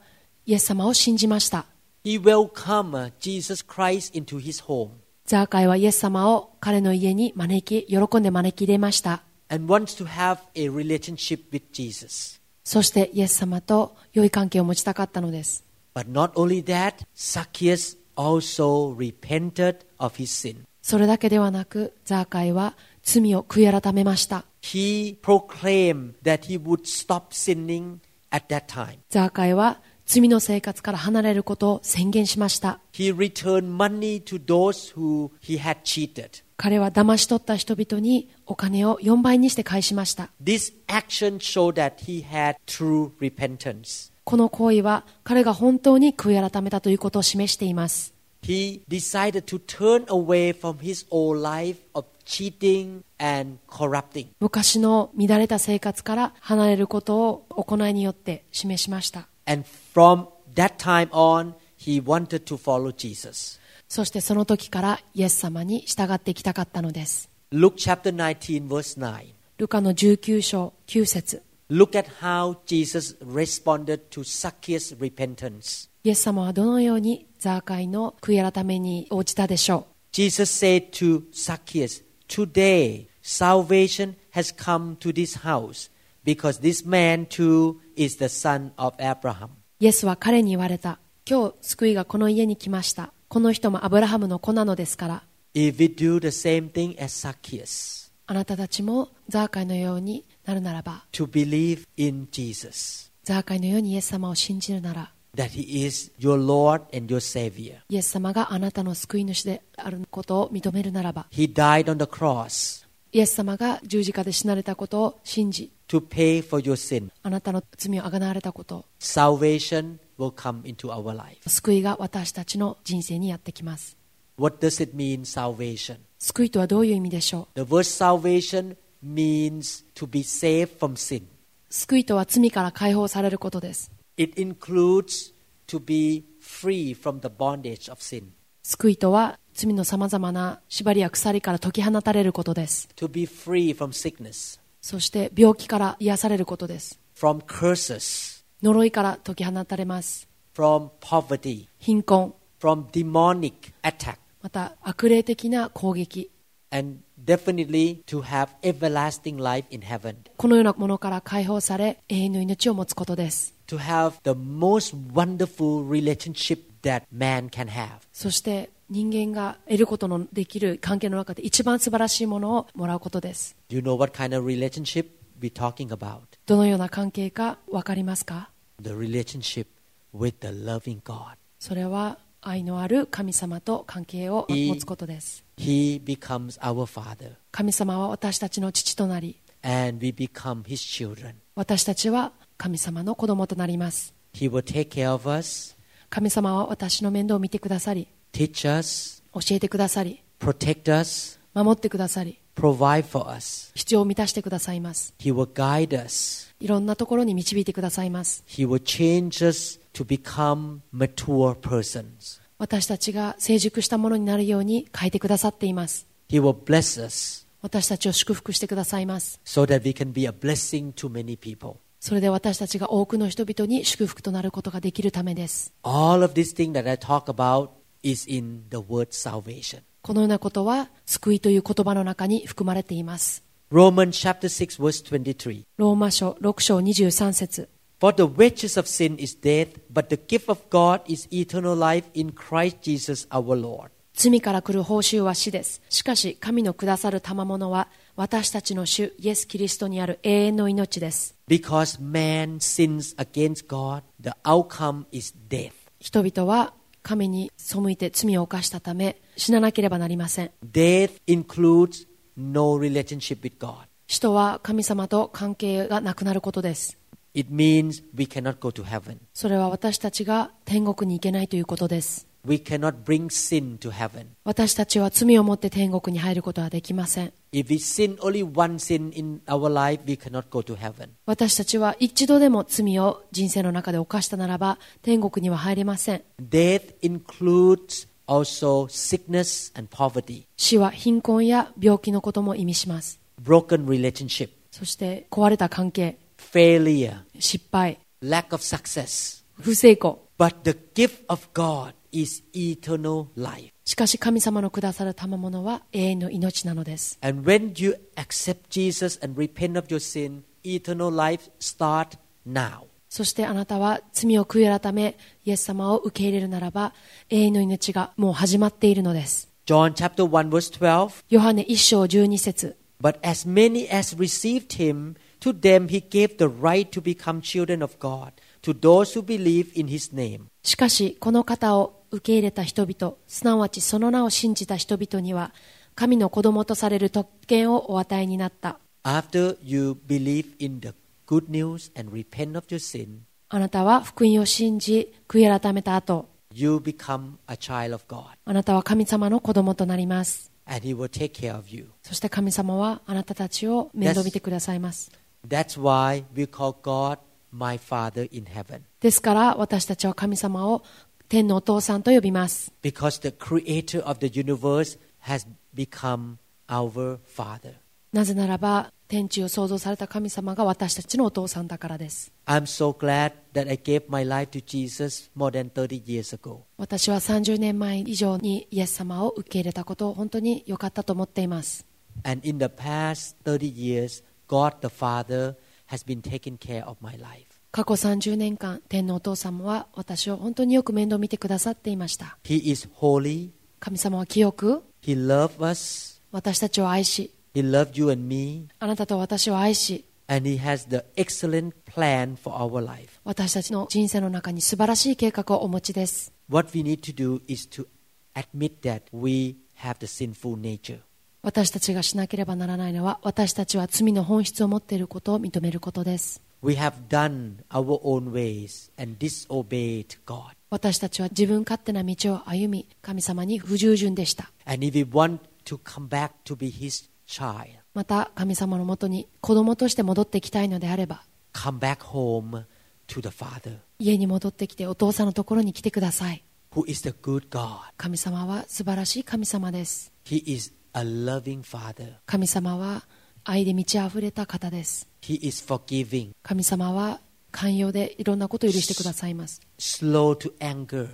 S2: イエス様を信じました。
S3: He welcomed Jesus Christ into his home
S2: ザーカイはイエス様を彼の家に招き、喜んで招き入れました。
S3: and wants to have a relationship with Jesus.
S2: そしてイエス様と良い関係を持ちたかったのです。
S3: But not only that, Zacchaeus also repented of his sin.
S2: それだけではなくザーカイは罪を悔い改めました
S3: He proclaimed that he would stop sinning at that time.
S2: ザーカイは罪の生活から離れることを宣言しました
S3: He returned money to those who he had cheated.
S2: 彼は騙し取った人々にお金を4倍にして返しました
S3: This action showed that he had true repentance.
S2: この行為は彼が本当に悔い改めたということを示しています
S3: He decided to turn away from his old life of cheating and corrupting.
S2: 昔の乱れた生活から離れることを行いによって示しました
S3: And from that time on, he wanted to follow Jesus.
S2: そしてその時からイエス様に従っていきたかったのです
S3: Luke chapter 19, verse 9.
S2: ルカの19章9節
S3: Look at how Jesus responded to Zacchaeus' repentance.
S2: イエス様はどのようにザーカイの悔い改めに応じたでしょう
S3: Jesus said to Zacchaeus, Today salvation has come to this house, because this man too is the son of Abraham.
S2: イエスは彼に言われた今日救いがこの家に来ましたこの人もアブラハムの子なのですから
S3: If we do the same thing as Zacchaeus,
S2: あなたたちもザーカイのようになるならば
S3: to believe in Jesus,
S2: ザーカイのようにイエス様を信じるなら
S3: that he is your Lord and your Savior.
S2: イエス様があなたの救い主であることを認めるならば
S3: He died on the cross
S2: イエス様が十字架で死なれたことを信じ
S3: to pay for your sin.
S2: あなたの罪をあがなわれたこと
S3: Salvation will come into our life.
S2: 救いが私たちの人生にやってきます
S3: What does it mean, salvation?
S2: 救いとはどういう意味でしょう
S3: The word salvation means to be saved from sin.
S2: 救いとは罪から解放されることです
S3: It includes to be free from the bondage of sin,
S2: 救いとは罪のさまざまな縛りや鎖から解き放たれることです
S3: to be free from sickness,
S2: そして病気から癒されることです
S3: from curses,
S2: 呪いから解き放たれます
S3: from poverty,
S2: 貧困
S3: from demonic attack,
S2: また悪霊的な攻撃
S3: and definitely to have everlasting life in heaven,
S2: このようなものから解放され永遠の命を持つことです
S3: to have the most wonderful relationship that man can have.
S2: そして人間が得ることのできる関係の中で一番素晴らしいものをもらうことです
S3: Do you know what kind of relationship we're talking about?
S2: どのような関係か分かりますか
S3: The relationship with the loving God.
S2: それは愛のある神様と関係を
S3: いい
S2: 持つことです
S3: He becomes our Father,
S2: 神様は私たちの父となり
S3: and we become His children.
S2: 私たちは神様の子供となります
S3: He will take care of us,
S2: 神様は私の面倒を見てくださり
S3: teach us,
S2: 教えてくださり
S3: protect us,
S2: 守ってくださり
S3: provide for us.
S2: 必要を満たしてくださいます
S3: He will guide us.
S2: いろんなところに導いてくださいます
S3: He will change us to become mature persons.
S2: 私たちが成熟したものになるように変えてくださっています
S3: He will bless us
S2: 私たちを祝福してくださいます
S3: so that we can be a blessing to many people.
S2: それで私たちが多くの人々に祝福となることができるためです
S3: All of these things that I talk about is in the word salvation.
S2: このようなことは救いという言葉の中に含まれています
S3: Romans chapter 6 verse 23.
S2: ローマ書6章23節
S3: For the wages of sin is death, but the gift of God is eternal life in Christ Jesus our Lord.
S2: 罪から来る報酬は死です。しかし、神のくださる賜物は、私たちの主イエス・キリストにある永遠の命です。
S3: Because man sins against God, the outcome is death.
S2: 人々は神に背いて罪を犯したため、死ななければなりません。
S3: Death includes no relationship with God.
S2: 死とは神様と関係がなくなることです。
S3: It means we cannot go to heaven.
S2: それは私たちが天国に行けないということです。
S3: We cannot bring sin to heaven.
S2: 私たちは罪をもって天国に入ることはできません。
S3: If we sin only one sin in our life, we cannot go to heaven.
S2: 私たちは一度でも罪を人生の中で犯したならば天国には入れません。
S3: Death includes also sickness and poverty,
S2: 死は貧困や病気のことも意味します。
S3: broken relationship,
S2: そして壊れた関係、
S3: failure,
S2: 失敗、
S3: lack of success.
S2: 不成功。
S3: But the gift of God is eternal life.
S2: しかし神様のくださる賜物は永遠の命なのです。
S3: And when you accept Jesus and repent of your sin, eternal life start now.
S2: そしてあなたは罪を悔い改め、イエス様を受け入れるならば、永遠の命がもう始まっているのです。
S3: John chapter 1 verse 12.
S2: ヨハネ1章12節
S3: But as many as received him, to them he gave the right to become children of God, to those who believe in his name.
S2: しかし、この方を受け入れた人々、すなわちその名を信じた人々には、神の子供とされる特権をお与えになった。
S3: After you believe in the good news and repent of your sin,
S2: あなたは福音を信じ、悔い改めた後、
S3: you become a child of God,
S2: あなたは神様の子供となります。
S3: and he will take care of you.
S2: そして神様はあなたたちを面倒見てくださいます。
S3: That's why we call God my Father in heaven,
S2: ですから私たちは神様を天のお父さんと呼びます。
S3: because the creator of the universe has become our Father.
S2: なぜならば天地を創造された神様が私たちのお父さんだからです。
S3: I'm so glad that I gave my life to Jesus more than 30 years ago.
S2: 私は30年前以上にイエス様を受け入れたことを本当に良かったと思っています。
S3: And in the past 30 years, God the Father has been taking care of my life.
S2: 過去30年間、天のお父様は私を本当によく面倒見てくださっていました。
S3: He is holy.
S2: 神様は清く、
S3: He loved us.
S2: 私たちを愛し、
S3: He loved you and me.
S2: あなたと私を愛し、
S3: And He has the excellent plan for our life.
S2: 私たちの人生の中に素晴らしい計画をお持ちです。
S3: What we need to do is to admit that we have the sinful nature.
S2: 私たちがしなければならないのは私たちは罪の本質を持っていることを認めることです
S3: We have done our own ways and disobeyed God.
S2: 私たちは自分勝手な道を歩み神様に不従順でした
S3: And if we want to come back to be His child,
S2: また神様のもとに子供として戻ってきたいのであれば
S3: come back home to the Father,
S2: 家に戻ってきてお父さんのところに来てください
S3: who is the good God.
S2: 神様は素晴らしい神様です
S3: He is a loving Father.
S2: 神様は愛で満ち溢れた方です
S3: He is forgiving,
S2: 神様は寛容でいろんなことを許してくださいます
S3: slow to anger,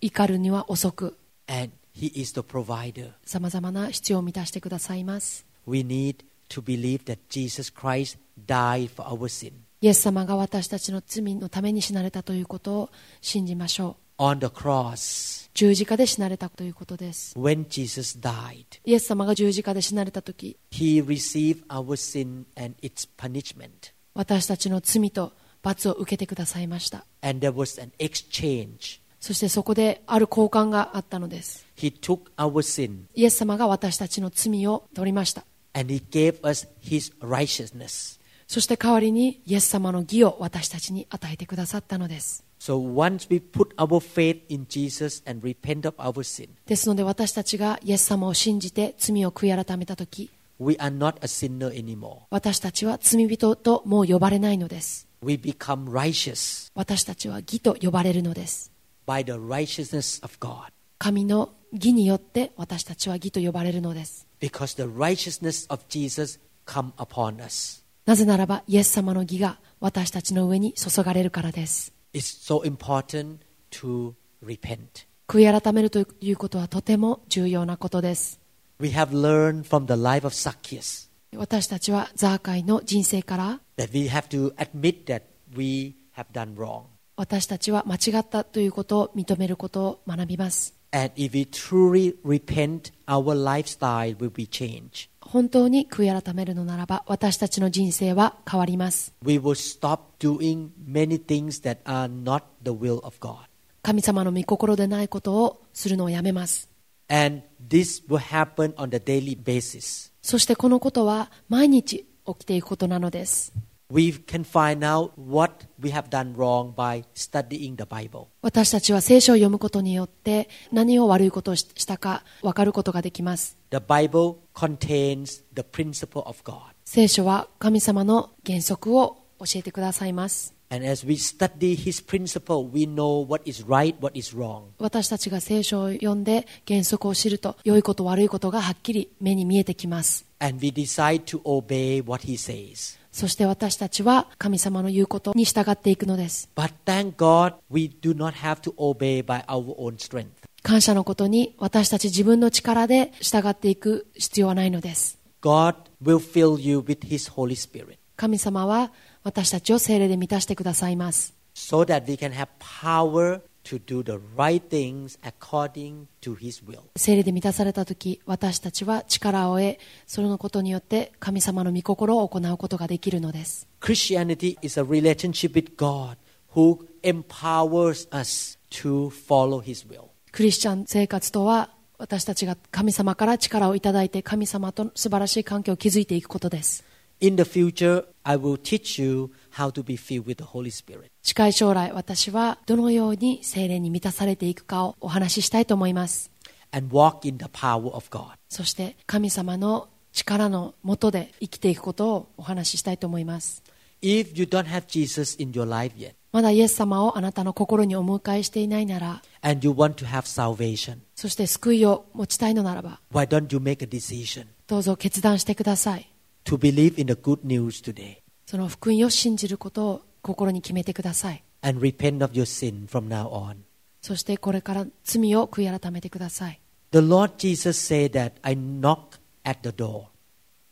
S2: 怒るには遅く
S3: and He is the provider.
S2: さまざまな必要を満たしてくださいます
S3: We need to believe that Jesus Christ died for our sin.
S2: イエス様が私たちの罪のために死なれたということを信じましょ
S3: On the cross,
S2: う。十字架で死なれたということです。
S3: when Jesus died,
S2: イエス様が十字架で死なれたとき、
S3: He received our sin and its punishment.
S2: 私たちの罪と罰を受けてくださいました。
S3: And there was an exchange.
S2: そしてそこである交換があったのです。
S3: He took our sin
S2: イエス様が私たちの罪を取りました。
S3: and He gave us His righteousness.
S2: そして代わりにイエス様の義を私たちに与えてくださったのです。
S3: So once we put our faith in Jesus and repent of our sin,
S2: ですので私たちがイエス様を信じて罪を悔い改めたとき、
S3: we are not a sinner anymore.
S2: 私たちは罪人ともう呼ばれないのです。
S3: We become righteous
S2: 私たちは義と呼ばれるのです。
S3: by the righteousness of God
S2: 神の義によって私たちは義と呼ばれるのです。
S3: because the righteousness of Jesus come upon us.
S2: なぜならばイエス様の義が私たちの上に注がれるからです。
S3: It's so important to repent.
S2: 悔い改めるということはとても重要なことです。
S3: We have learned from the life of Zacchaeus
S2: 私たちはザーカイの人生から
S3: that we have to admit that we have done wrong.
S2: 私たちは間違ったということを認めることを学びます。
S3: And if we truly repent, our lifestyle will be changed.
S2: 本当に悔い改めるのならば私たちの人生は変わります。
S3: We will stop doing many things that are not the will of God.
S2: 神様の御心でないことをするのをやめます。
S3: And this will happen on a daily basis.
S2: そしてこのことは毎日起きていくことなのです。
S3: We can find out what we have done wrong by studying the Bible.
S2: 私たちは聖書を読むことによって何を悪いことをししたか分かることができます
S3: The Bible contains the principle of God.
S2: 聖書は神様の原則を教えてくださいます
S3: And as we study His principle, we know what is right, what is wrong.
S2: 私たちが聖書を読んで原則を知ると良いこと悪いことがはっきり目に見えてきます
S3: And we decide to obey what He says.
S2: そして私たちは神様の言うことに従っていくのです
S3: But thank God we do not have to obey by our own strength.
S2: 感謝のことに私たち自分の力で従っていく必要はないのです
S3: God will fill you with His Holy Spirit.
S2: 神様は私たちを精霊で満たしてくださいます
S3: so that we can have power to do the right things according to His will.
S2: 聖霊で満たされた時私たちは力を得そのことによって神様の御心を行うことができるのです
S3: Christianity is a relationship with God who empowers us to follow His will.
S2: クリスチャン生活とは私たちが神様から力をいただいて神様と素晴らしい関係を築いていくことです
S3: In the future, I will teach you how to be filled with the Holy Spirit.
S2: 近い将来私はどのように精霊に満たされていくかをお話ししたいと思います
S3: and walk in the power of God.
S2: そして神様の力のもとで生きていくことをお話ししたいと思います
S3: If you don't have Jesus in your life yet
S2: まだイエス様をあなたの心にお迎えしていないなら
S3: and you want to have salvation,
S2: そして救いを持ちたいのならば
S3: why don't you make a decision
S2: どうぞ決断してください
S3: to believe in the good news today
S2: その福音を信じることを心に決めてください
S3: and repent of your sin from now on?
S2: そしてこれから罪を悔い改めてください
S3: The Lord Jesus said that I knock at the door.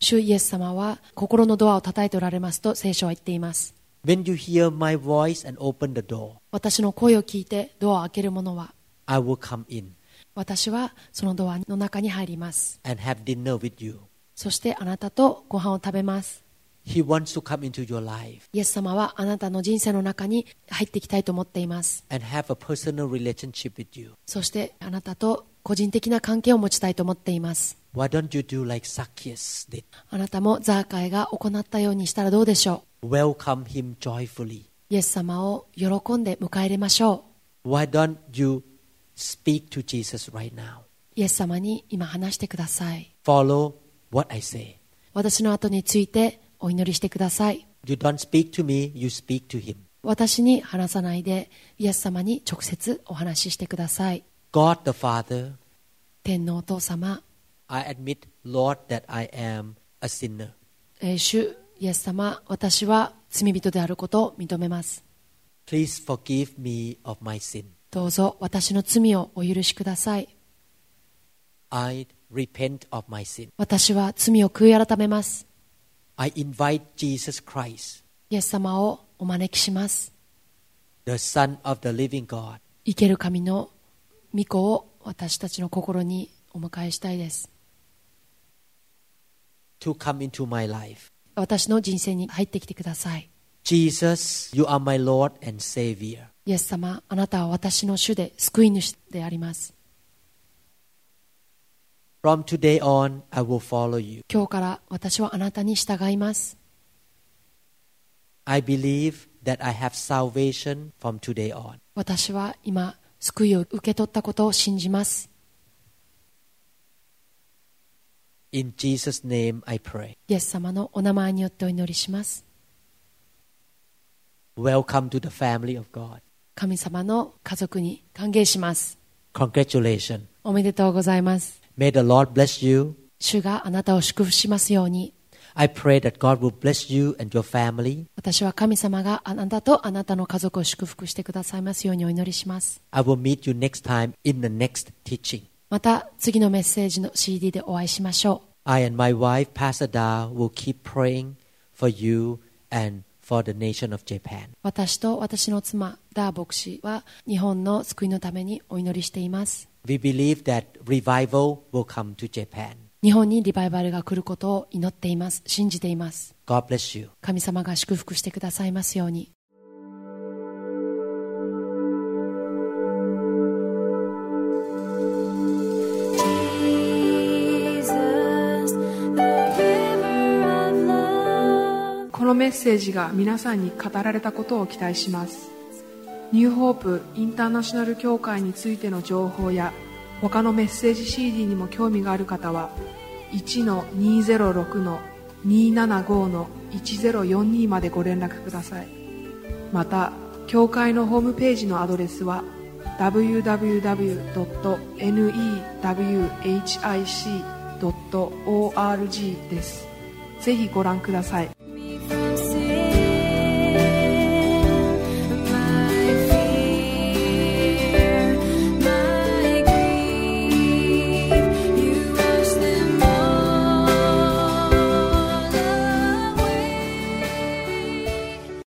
S2: 主イエス様は心のドアを叩いておられますと聖書は言っています
S3: When you hear my voice and open the door,
S2: 私の声を聞いてドアを開ける者は
S3: I will come in
S2: 私はそのドアの中に入ります
S3: and have dinner with you.
S2: そしてあなたとご飯を食べます
S3: He wants to come into your life
S2: イエス様はあなたの人生の中に入っていきたいと思っています
S3: and have a personal relationship with you.
S2: そしてあなたと個人的な関係を持ちたいと思っています
S3: Why don't you do like Zacchaeus did?
S2: あなたもザーカイが行ったようにしたらどうでしょ
S3: Welcome him joyfully.
S2: うイエス様を喜んで迎え入れましょ
S3: Why don't you speak to Jesus right now?
S2: うイエス様に今話してください
S3: Follow what I say.
S2: 私の後についてお祈りしてください
S3: You don't speak to me, you speak to him.
S2: 私に話さないでイエス様に直接お話ししてください
S3: God the Father,
S2: 天皇お父様
S3: I admit, Lord, that I am a sinner.
S2: えー主イエス様私は罪人であることを認めます
S3: Please forgive me of my sin.
S2: どうぞ私の罪をお許しください
S3: I repent of my sin.
S2: 私は罪を悔い改めます
S3: I invite Jesus Christ,
S2: イエス様をお招きします
S3: the Son of the living God,
S2: 生ける神の御子を私たちの心にお迎えしたいです
S3: to come into my life.
S2: 私の人生に入ってきてください
S3: Jesus, you are my Lord and Savior.
S2: イエス様あなたは私の主で救い主であります
S3: From today on, I will follow you.
S2: 今日から私はあなたに従います
S3: I believe that I have salvation from today on.
S2: 私は今救いを受け取ったことを信じます
S3: In Jesus' name I pray.
S2: イエス様のお名前によってお祈りします
S3: Welcome to the family of God.
S2: 神様の家族に歓迎します
S3: Congratulations.
S2: おめでとうございます
S3: May the Lord bless you.
S2: 主があなたを祝福しますように
S3: I pray that God will bless you and your family.
S2: 私は神様があなたとあなたの家族を祝福してくださいますようにお祈りします
S3: I will meet you next time in the next teaching.
S2: また次のメッセージの CD でお会いしましょ
S3: I and my wife, Pastor Da, will keep praying for you and for the nation of Japan.
S2: う私と私の妻ダー牧師は日本の救いのためにお祈りしています
S3: We believe that revival will come to Japan.
S2: 日本にリバイバルが来ることを祈っています信じています
S3: God bless you.
S2: 神様が祝福してくださいますように
S4: Jesus, the giver of love.
S5: このメッセージが皆さんに語られたことを期待しますニューホープインターナショナル協会についての情報や他のメッセージ CD にも興味がある方は1-206-275-1042までご連絡くださいまた協会のホームページのアドレスは www.newhic.org ですぜひご覧ください